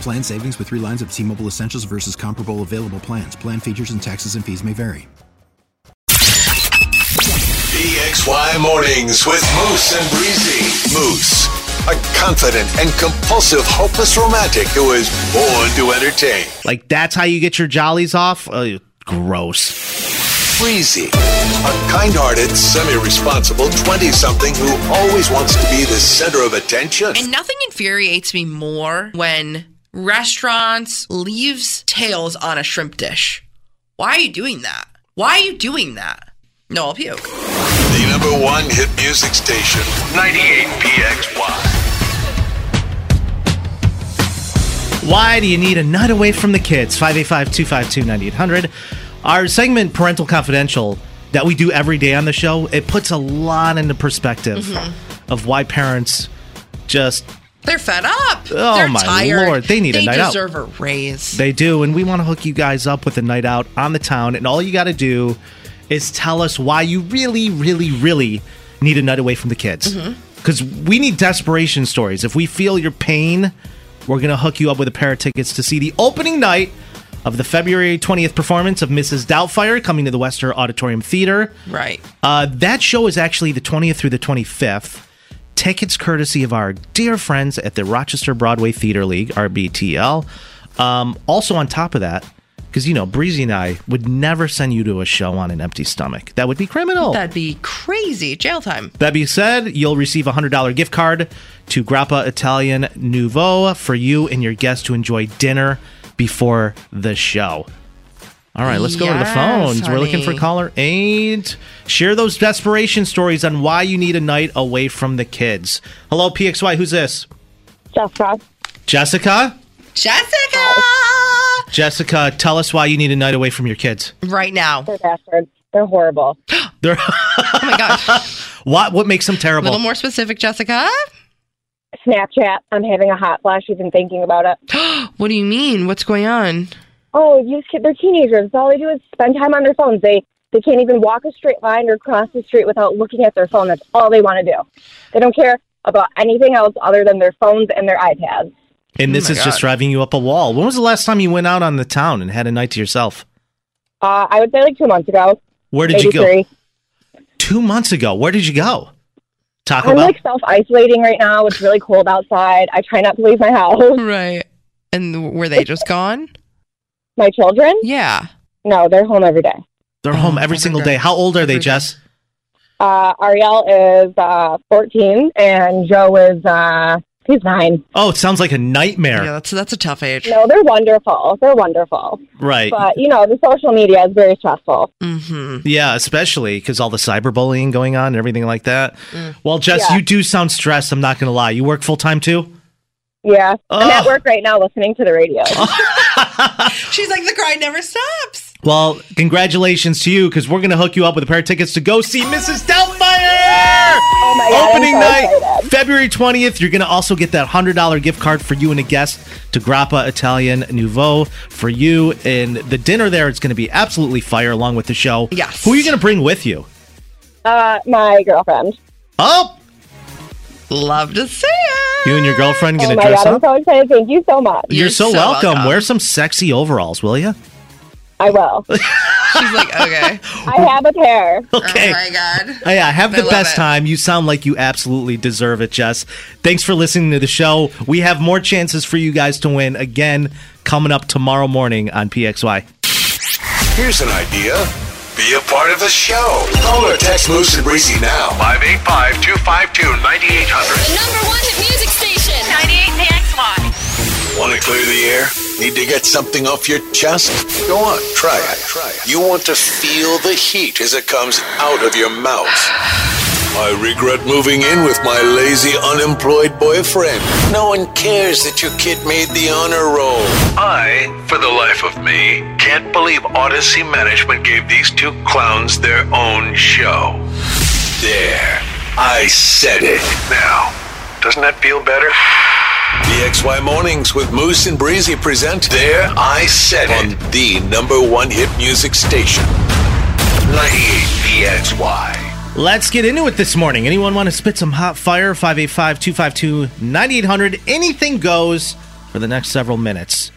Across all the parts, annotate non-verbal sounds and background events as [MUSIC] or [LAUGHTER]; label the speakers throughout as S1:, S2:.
S1: Plan savings with three lines of T Mobile Essentials versus comparable available plans. Plan features and taxes and fees may vary.
S2: BXY Mornings with Moose and Breezy. Moose, a confident and compulsive, hopeless romantic who is born to entertain.
S3: Like that's how you get your jollies off? Oh, gross.
S2: Breezy, a kind hearted, semi responsible 20 something who always wants to be the center of attention.
S4: And nothing infuriates me more when restaurants leaves tails on a shrimp dish. Why are you doing that? Why are you doing that? No, I'll puke.
S2: The number one hit music station, 98BXY.
S3: Why do you need a night away from the kids? 585 252 9800. Our segment, Parental Confidential, that we do every day on the show, it puts a lot into perspective of why parents just,
S4: They're fed up.
S3: Oh,
S4: They're
S3: my
S4: tired.
S3: Lord. They need a night out.
S4: deserve a raise.
S3: they do. And we want to hook you guys up with a night out on the town. And all you got to do is tell us why you really, really, really need a night away from the kids. Because we need desperation stories. If we feel your pain, we're going to hook you up with a pair of tickets to see the opening night of the February 20th performance of Mrs. Doubtfire coming to the Wester Auditorium Theater.
S4: right.
S3: Uh, that show is actually the 20th through the 25th. Tickets courtesy of our dear friends at the Rochester Broadway Theater League, RBTL. Um, also, on top of that, because, you know, Breezy and I would never send you to a show on an empty stomach. That would be criminal.
S4: That'd be crazy. Jail time.
S3: That being said, you'll receive a $100 gift card to Grappa Italian Nouveau for you and your guests to enjoy dinner before the show. All right, let's go to the
S4: Yes,
S3: phones. We're looking for
S4: honey.
S3: caller eight. Share those desperation stories on why you need a night away from the kids. Hello, PXY. Who's this?
S5: Jessica.
S3: Jessica?
S4: Jessica!
S3: Oh. Jessica, tell us why you need a night away from your kids.
S4: Right now.
S5: They're bastards. They're horrible.
S3: They're,
S4: Oh my gosh. A
S3: what what makes them terrible?
S4: little more specific, Jessica.
S5: Snapchat. I'm having a hot flash even thinking about it.
S4: What do you mean? What's going on?
S5: Oh, you kid, they're teenagers. That's all they do is spend time on their phones. They they can't even walk a straight line or cross the street without looking at their phone. That's all they want to do. They don't care about anything else other than their phones and their iPads.
S3: and this
S4: Oh
S3: is
S4: my
S3: just
S4: God.
S3: driving you up a wall. When was the last time you went out on the town and had a night to yourself?
S5: Uh, I would say like two months ago.
S3: Where did
S5: maybe
S3: you go?
S5: three.
S3: two months ago. Where did you go? Taco
S5: I'm
S3: Bell.
S5: like self isolating right now. It's really cold outside. I try not to leave my house. [LAUGHS]
S4: Right. And were they just gone?
S5: My children?
S4: Yeah.
S5: No, they're home every day.
S3: They're home
S4: Oh,
S3: every
S4: okay,
S3: single
S4: great.
S3: day. How old are they,
S4: Every day.
S3: Jess?
S5: Uh, Ariel is uh, 14 and Joe is uh, he's nine.
S3: Oh, it sounds like a nightmare.
S4: Yeah, that's that's a tough age.
S5: No, they're wonderful. They're wonderful.
S3: Right.
S5: But you know, the social media is very stressful.
S4: Mm-hmm.
S3: yeah, especially because all the cyberbullying going on and everything like that.
S4: Mm.
S3: Well, Jess,
S5: Yeah.
S3: you do sound stressed. I'm not going to lie. You work full time too?
S5: Yeah, I'm at
S3: Ugh.
S5: work right now listening to
S3: [LAUGHS]
S5: the radio. Oh
S4: She's like the cry never stops.
S3: Well, congratulations to you because we're going to hook you up with a pair of tickets to go see Mrs. Doubtfire!
S5: Oh my god!
S3: Opening
S5: I'm so
S3: night,
S5: excited.
S3: February 20th. You're going to also get that $100 gift card for you and a guest to Grappa Italian Nouveau for you. And the dinner there is going to be absolutely fire along with the show.
S4: Yes.
S3: Who are you going to bring with you?
S5: Uh, my girlfriend.
S3: Oh,
S4: Love to see it.
S3: you and your girlfriend
S5: Oh
S3: going to
S5: my
S3: dress
S5: god! I'm
S3: up?
S5: so excited. Thank you so much.
S3: You're,
S4: You're
S3: so,
S4: so
S3: welcome. [LAUGHS]
S4: welcome.
S3: Wear some sexy overalls, will you?
S5: I will.
S4: She's like, okay.
S5: I have a pair.
S3: [LAUGHS] Okay.
S4: Oh my god.
S3: Oh, yeah, have
S4: I
S3: the
S4: love
S3: best
S4: it.
S3: time. You sound like you absolutely deserve it, Jess. Thanks for listening to the show. We have more chances for you guys to win again coming up tomorrow morning on PXY.
S2: Here's an idea. Be a part of the show. Call or text Moose and Breezy now. 585 252 9800.
S6: The number one hit music station.
S7: 98 KXY.
S2: Want to clear the air? Need to get something off your chest? Go on, try it. Try it. You want to feel the heat as it comes out of your mouth. I regret moving in with my lazy, unemployed boyfriend. No one cares that your kid made the honor roll. I, for the life of me, can't believe Odyssey Management gave these two clowns their own show. There. I said it. Now, doesn't that feel better? BXY Mornings with Moose and Breezy present There I Said It on the number one hit music station. 98 BXY.
S3: Let's get into it this morning. Anyone want to spit some hot fire? 585 252 9800. Anything goes for the next several minutes.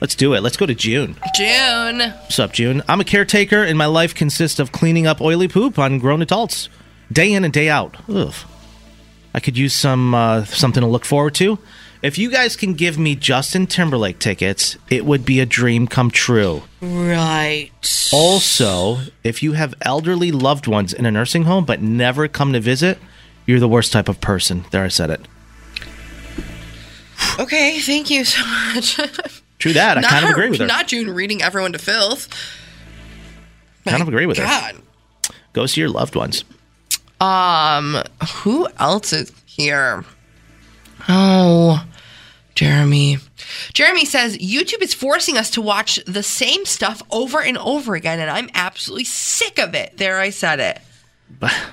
S3: Let's do it. Let's go to June.
S4: June.
S3: What's up, June? I'm a caretaker, and my life consists of cleaning up oily poop on grown adults, day in and day out. Ugh. I could use some uh, something to look forward to. If you guys can give me Justin Timberlake tickets, it would be a dream come true.
S4: Right.
S3: Also, if you have elderly loved ones in a nursing home but never come to visit, you're the worst type of person. There, I said it.
S4: Okay, thank you so much.
S3: True that. I
S4: [LAUGHS] not,
S3: kind of agree with her.
S4: Not June reading everyone to filth.
S3: kind of agree with her.
S4: God.
S3: Go see your loved ones.
S4: Um, who else is here? Oh, Jeremy. Jeremy says YouTube is forcing us to watch the same stuff over and over again, and I'm absolutely sick of it. There, I said it.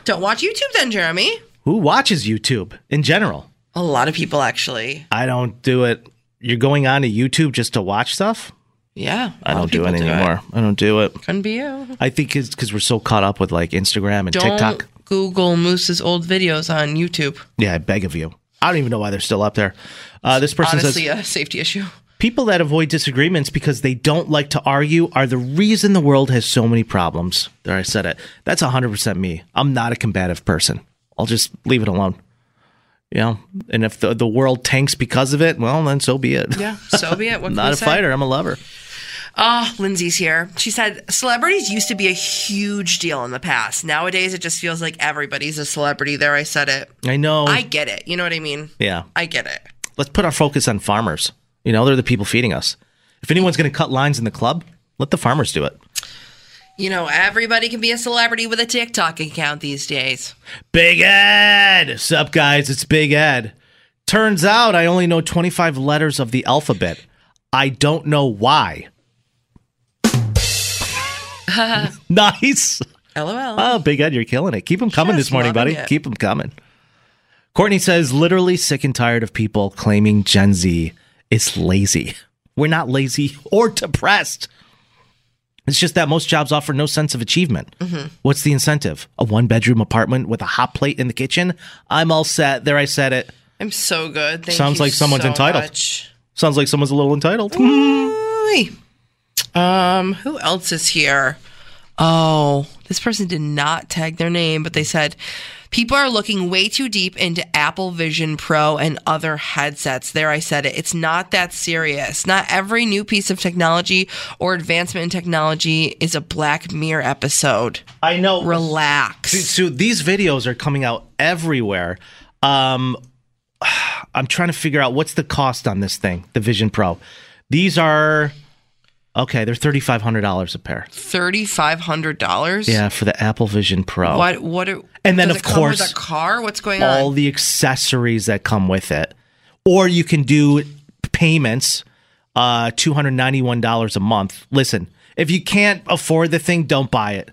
S4: Don't watch YouTube then, Jeremy.
S3: Who watches YouTube in general?
S4: A lot of people actually.
S3: I don't do it. You're going on to YouTube just to watch stuff?
S4: Yeah. a
S3: I
S4: lot
S3: don't
S4: of
S3: do
S4: people
S3: it anymore. I don't do it.
S4: Couldn't be you.
S3: I think it's because we're so caught up with like Instagram and
S4: Don't
S3: TikTok.
S4: Google Moose's old videos on YouTube.
S3: Yeah, I beg of you. I don't even know why they're still up there. Uh, this person
S4: Honestly,
S3: says
S4: a safety issue.
S3: people that avoid disagreements because they don't like to argue are the reason the world has so many problems. There, I said it. That's 100% me. I'm not a combative person. I'll just leave it alone. You know, and if the, the world tanks because of it, well, then so be it.
S4: Yeah. [LAUGHS] So be it. What
S3: [LAUGHS]
S4: can
S3: not
S4: we
S3: a
S4: say?
S3: fighter. I'm a lover.
S4: Ah, Lindsay's here. She said celebrities used to be a huge deal in the past. Nowadays, it just feels like everybody's a celebrity. There, I said it.
S3: I know.
S4: I get it. You know what I mean?
S3: yeah.
S4: I get it.
S3: let's put our focus on farmers. You know, they're the people feeding us. If anyone's going to cut lines in the club, let the farmers do it.
S4: You know, everybody can be a celebrity with a TikTok account these days.
S3: Big Ed! Sup, guys? It's Big Ed. Turns out I only know 25 letters of the alphabet. I don't know why. [LAUGHS] nice.
S4: LOL.
S3: Oh, Big Ed, you're killing it. Keep them coming
S4: Just
S3: this morning, buddy.
S4: loving
S3: Keep 'em Keep
S4: it.
S3: them coming. Courtney says, literally sick and tired of people claiming Gen Z is lazy. We're not lazy [LAUGHS] or depressed. It's just that most jobs offer no sense of achievement.
S4: Mm-hmm.
S3: What's the incentive? A one bedroom apartment with a hot plate in the kitchen? I'm all set. There, I said it.
S4: I'm so good. Thank
S3: Sounds
S4: you
S3: like someone's
S4: so
S3: entitled.
S4: much.
S3: Sounds like someone's a little
S4: [LAUGHS]
S3: entitled.
S4: Hi. Um, who else is here? Oh, this person did not tag their name, but they said people are looking way too deep into Apple Vision Pro and other headsets. There, I said it. It's not that serious. Not every new piece of technology or advancement in technology is a Black Mirror episode.
S3: I know.
S4: Relax.
S3: So these videos are coming out everywhere. Um, [SIGHS] I'm trying to figure out what's the cost on this thing, the Vision Pro. These are okay. They're thirty five hundred dollars a pair.
S4: $3,500?
S3: Yeah, for the Apple Vision Pro.
S4: What? What? Are,
S3: And then,
S4: does
S3: of
S4: it come with
S3: course,
S4: a car. What's going on?
S3: All the accessories that come with it, or you can do payments, uh, two hundred ninety one dollars a month. Listen, if you can't afford the thing, don't buy it.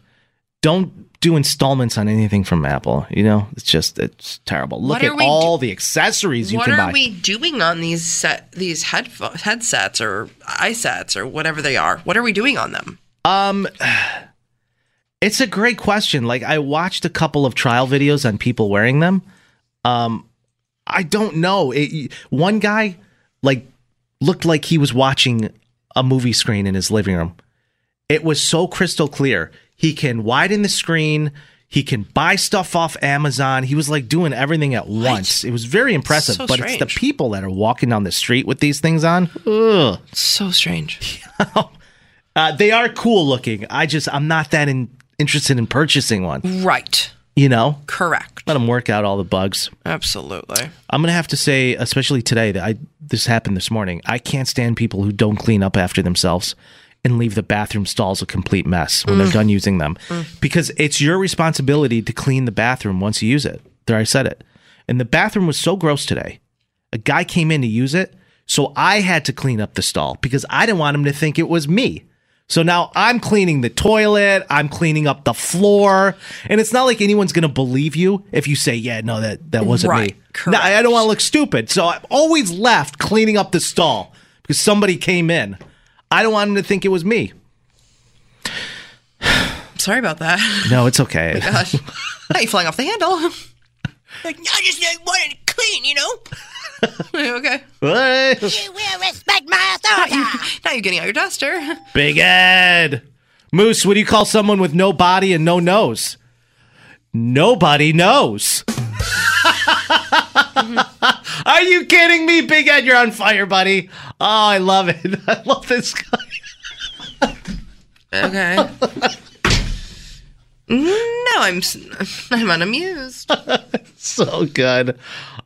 S3: Don't do installments on anything from Apple. You know, it's just it's terrible. Look
S4: What
S3: at
S4: are we do-
S3: all the accessories you
S4: what
S3: can
S4: are
S3: buy.
S4: we doing on these set these headpho- headsets or eye sets or whatever they are? What are we doing on them?
S3: Um, it's a great question. Like I watched a couple of trial videos on people wearing them. Um, I don't know. It, one guy like looked like he was watching a movie screen in his living room, It was so crystal clear. He can widen the screen. He can buy stuff off Amazon. He was like doing everything at once. It was very impressive.
S4: So
S3: but it's the
S4: strange.
S3: people that are walking down the street with these things on. Ugh.
S4: So strange.
S3: Uh, they are cool looking. I just I'm not that in, interested in purchasing one.
S4: Right.
S3: You know,
S4: Correct.
S3: let them work out all the bugs.
S4: Absolutely.
S3: I'm gonna have to say, especially today, that I this happened this morning. I can't stand people who don't clean up after themselves and leave the bathroom stalls a complete mess when they're done using them, because it's your responsibility to clean the bathroom once you use it. There, I said it. And the bathroom was so gross today. A guy came in to use it, so I had to clean up the stall because I didn't want him to think it was me. So now I'm cleaning the toilet, I'm cleaning up the floor, and it's not like anyone's going to believe you if you say, "Yeah, no, that that wasn't
S4: Right,
S3: me." No, I- I don't want to look stupid, so I'm always left cleaning up the stall because somebody came in. I don't want him to think it was me.
S4: Sorry about that. [LAUGHS]
S3: No, it's okay. [LAUGHS]
S4: Gosh. now you flying off the handle. like, I just I wanted to clean, you know? [LAUGHS] okay.
S3: What?
S4: Now you're getting out your duster.
S3: Big Ed. Moose, what do you call someone with no body and no nose? Nobody knows. [LAUGHS] Are you kidding me, Big Ed? You're on fire, buddy. Oh, I love it. [LAUGHS] I love this guy.
S4: Okay. [LAUGHS] no, I'm s- [LAUGHS] I'm unamused.
S3: So good.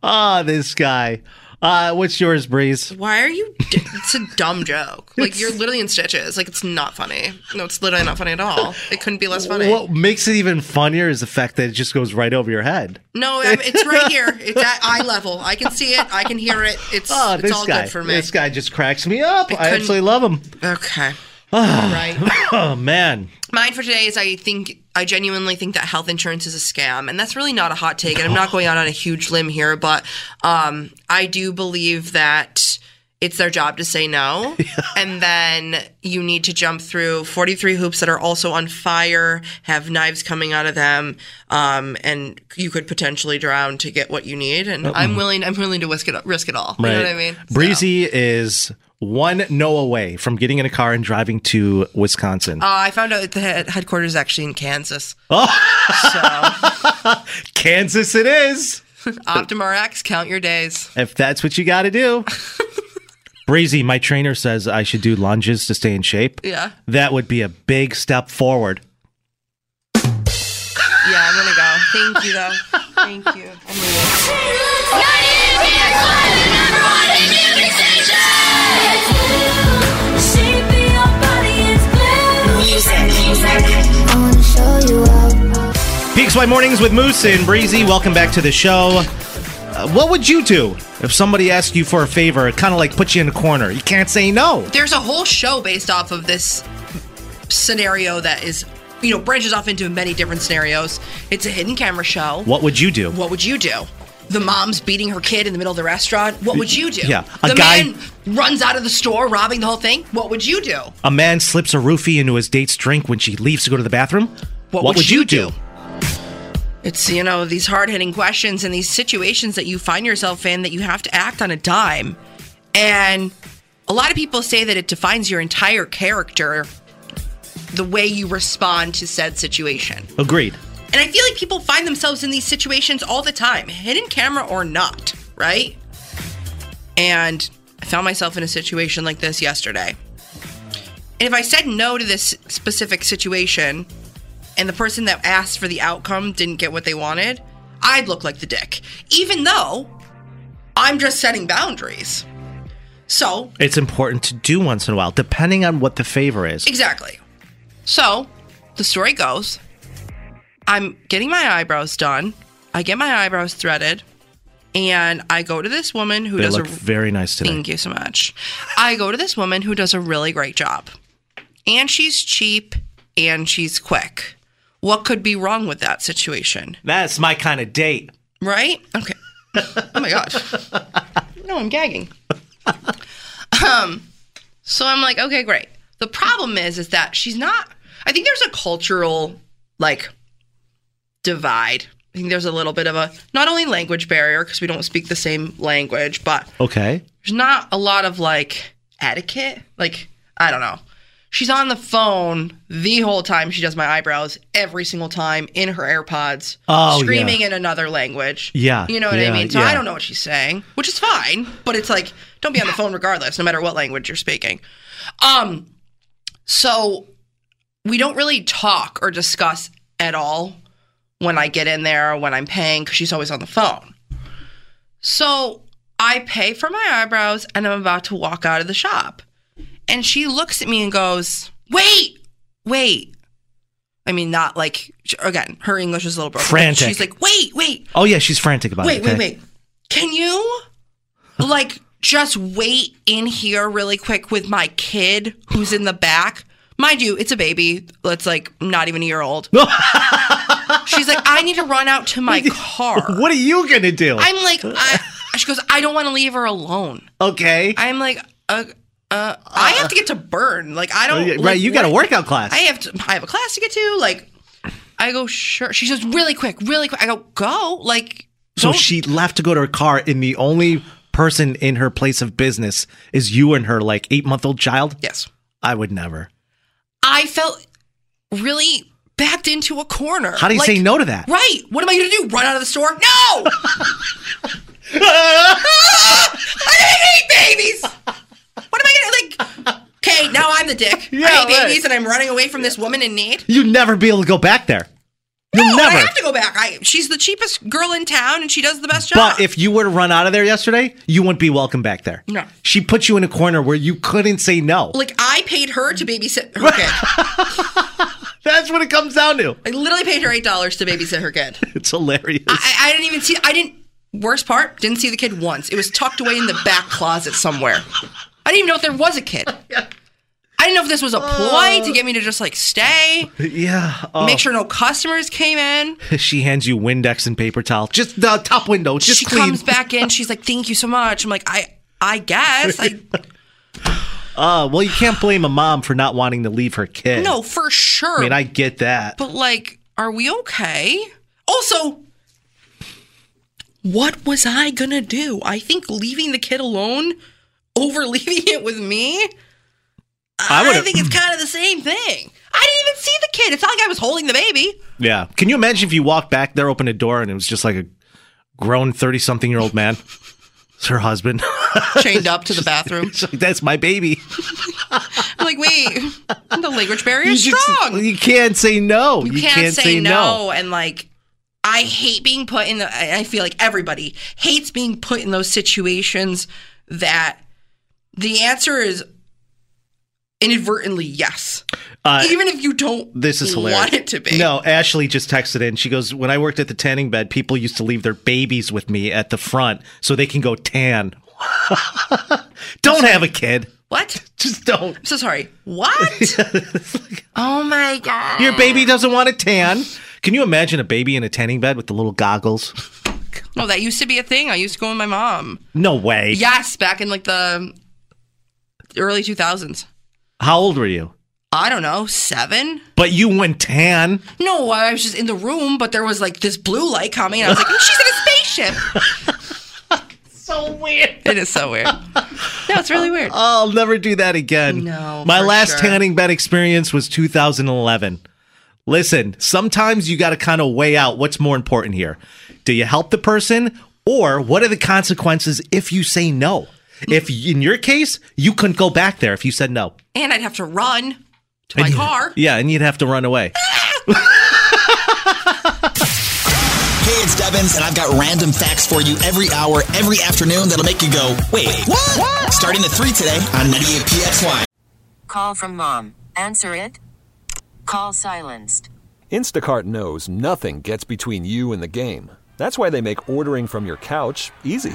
S3: Ah, this guy. Uh, what's yours, Breeze?
S4: Why are you? d- It's a dumb joke. Like you're literally in stitches. Like it's not funny. No, it's literally not funny at all. It couldn't be less funny.
S3: What makes it even funnier is the fact that it just goes right over your head.
S4: No, I- it's right here. It's at eye level. I can see it. I can hear it. It's
S3: Oh,
S4: it's
S3: this
S4: all
S3: guy.
S4: good for me.
S3: This guy just cracks me up. I
S4: couldn't-
S3: absolutely love him. [COUGHS]
S4: Okay. all right.
S3: Oh man.
S4: Mine for today is I think I genuinely think that health insurance is a scam, and that's really not a hot take. And I'm not going out on a huge limb here, but um, I do believe that it's their job to say no, and then you need to jump through 43 hoops that are also on fire, have knives coming out of them, um, and you could potentially drown to get what you need. And I'm willing, I'm willing to risk it, risk it all. You know what I mean? So-
S3: Breezy is one no away from getting in a car and driving to Wisconsin.
S4: Uh, I found out that the head- headquarters is actually in Kansas. Oh. So
S3: Kansas it is.
S4: OptumRx, count your days.
S3: If that's what you got to
S4: [LAUGHS]
S3: do. Breezy, my trainer says I should do lunges to stay in shape.
S4: Yeah.
S3: That would be a big step forward.
S4: Yeah, I'm gonna go. Thank you, though. Thank you. I'm leaving.
S6: 98.1, the number one hit music station. Music, music.
S3: Peaks by Mornings with Moose and Breezy. Welcome back to the show. Uh, what would you do if somebody asked you for a favor? It kind of like put you in a corner. You can't say no.
S4: There's a whole show based off of this scenario that is, you know, branches off into many different scenarios. It's a hidden camera show.
S3: What would you do?
S4: What would you do? The mom's beating her kid in the middle of the restaurant. What would you do?
S3: Yeah, a
S4: The
S3: guy-
S4: man runs out of the store, robbing the whole thing. What would you do?
S3: A man slips a roofie into his date's drink when she leaves to go to the bathroom.
S4: What would you do? It's, you know, these hard hitting questions and these situations that you find yourself in that you have to act on a dime. And a lot of people say that it defines your entire character, the way you respond to said situation.
S3: Agreed.
S4: And I feel like people find themselves in these situations all the time, hidden camera or not, right? And I found myself in a situation like this yesterday. And if I said no to this specific situation and the person that asked for the outcome didn't get what they wanted, I'd look like the dick, even though I'm just setting boundaries. So,
S3: It's important to do once in a while, depending on what the favor is.
S4: Exactly. So the story goes I'm getting my eyebrows done. I get my eyebrows threaded. And I go to this woman who
S3: They
S4: does
S3: look
S4: a
S3: very nice today.
S4: Thank you so much. I go to this woman who does a really great job. And she's cheap and she's quick. What could be wrong with that situation?
S3: That's my kind of date.
S4: Right? Okay. Oh my god. No, I'm gagging. Um, so I'm like, okay, great. The problem is, is that she's not. I think there's a cultural like divide. I think there's a little bit of a not only language barrier because we don't speak the same language, but
S3: Okay.
S4: there's not a lot of like etiquette. Like I don't know. She's on the phone the whole time. She does my eyebrows every single time in her AirPods,
S3: Oh, yeah.
S4: screaming in another language.
S3: Yeah,
S4: You know what
S3: yeah,
S4: I mean? So
S3: yeah.
S4: I don't know what she's saying, which is fine, but it's like, don't be on the phone regardless, no matter what language you're speaking. Um, so we don't really talk or discuss at all when I get in there, when I'm paying, because she's always on the phone. So I pay for my eyebrows and I'm about to walk out of the shop. And she looks at me and goes, Wait, wait. I mean, not like, again, her English is a little broken. but
S3: Frantic.
S4: She's like, Wait, wait,
S3: Oh yeah, she's frantic about
S4: wait,
S3: it. okay?
S4: wait, wait. Can you, like, just wait in here really quick with my kid who's in the back? Mind you, it's a baby that's like not even a
S3: [LAUGHS]
S4: year old. She's like, I need to run out to my
S3: [LAUGHS]
S4: car.
S3: What are you gonna do?
S4: I'm like, I, she goes, I don't want to leave her alone.
S3: okay.
S4: I'm like, uh, uh, I have to get to burn. Like, I
S3: Oh,
S4: don't.
S3: yeah,
S4: like,
S3: right, you got a
S4: what-
S3: workout class.
S4: I have to. I have a class to get to. Like, I go sure. She says really quick, really quick. I go go. Like,
S3: so
S4: don't-
S3: she left to go to her car, and the only person in her place of business is you and her like eight month old child.
S4: Yes,
S3: I would never.
S4: I felt really backed into a corner.
S3: How do you
S4: Like,
S3: say no to that?
S4: Right. What am I going to do? Run out of the store?
S3: [LAUGHS]
S4: No. I hate babies. What am I going to like? Okay, now I'm the dick.
S3: Yeah,
S4: I hate
S3: right.
S4: babies, and I'm running away from this woman in need.
S3: You'd never be able to go back there. You'll
S4: No,
S3: never.
S4: I have to go back. I, she's the cheapest girl in town, and she does the best job.
S3: But if you were to run out of there yesterday, you wouldn't be welcome back there.
S4: No.
S3: She put you in a corner where you couldn't say no.
S4: like I paid her to babysit
S3: [LAUGHS]
S4: her kid,
S3: That's what it comes down to.
S4: I literally paid her eight dollars to babysit her kid.
S3: It's hilarious.
S4: I, I didn't even see. I didn't. Worst part, didn't see the kid once. It was tucked away in the back closet somewhere. I didn't even know if there was a kid. I didn't know if this was a ploy to get me to just like stay,
S3: yeah. Oh.
S4: make sure no customers came in.
S3: She hands you Windex and paper towel. Just the top window. Just
S4: she
S3: clean.
S4: comes back in. She's like, "Thank you so much." I'm like, "I, I guess." I
S3: [LAUGHS] Uh, well, you can't blame a mom for not wanting to leave her kid.
S4: no, for sure.
S3: I mean, I get that.
S4: But like, are we okay? Also, what was I gonna do? I think leaving the kid alone over [LAUGHS] leaving it with me. I,
S3: would've-
S4: think it's kind of the same thing. I didn't even see the kid. It's not like I was holding
S3: [LAUGHS]
S4: the baby.
S3: Yeah. Can you imagine if you walked back there, opened a door, and it was just like a grown 30 something year old man? It's her husband. [LAUGHS]
S4: Chained up to the bathroom.
S3: It's like, That's my baby.
S4: I'm like, wait, [LAUGHS] the language barrier
S3: You
S4: is
S3: should-
S4: strong.
S3: You can't say no.
S4: you can't, say, no. and like i hate being put in the i I feel like everybody hates being put in those situations that the answer is inadvertently yes
S3: Uh,
S4: even if you don't
S3: This is hilarious.
S4: want it to be
S3: No, Ashley just texted in. She goes, "When I worked at the tanning bed, people used to leave their babies with me at the front so they can go tan." [LAUGHS] don't have a kid.
S4: what
S3: Just don't.
S4: i'm so sorry
S3: [LAUGHS]
S4: what oh my god
S3: Your baby doesn't want to tan. Can you imagine a baby in a tanning bed with the little goggles?
S4: no that used to be a thing i used to go with my mom
S3: No way.
S4: yes back in like the early 2000s
S3: How old were you?
S4: i don't know seven
S3: But you went tan.
S4: No, I was just in the room, but there was like this blue light coming, and I was like, "She's in a spaceship."
S3: [LAUGHS] So weird.
S4: it is so weird. No, it's really weird.
S3: I'll never do that again.
S4: No,
S3: My
S4: for
S3: last
S4: sure.
S3: tanning bed experience was 2011. Listen, sometimes you got to kind of weigh out what's more important here. Do you help the person or what are the consequences if you say no? If in your case, you couldn't go back there if you said no.
S4: And I'd have to run to my car.
S3: Yeah, and you'd have to run away.
S7: Hey, it's Devins, and I've got random facts for you every hour, every afternoon that'll make you go, wait, what? Starting at 3 today on 98 PXY.
S8: Call from mom. Answer it. Call silenced.
S9: Instacart knows nothing gets between you and the game. That's why they make ordering from your couch easy.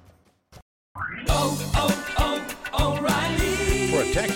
S10: Protect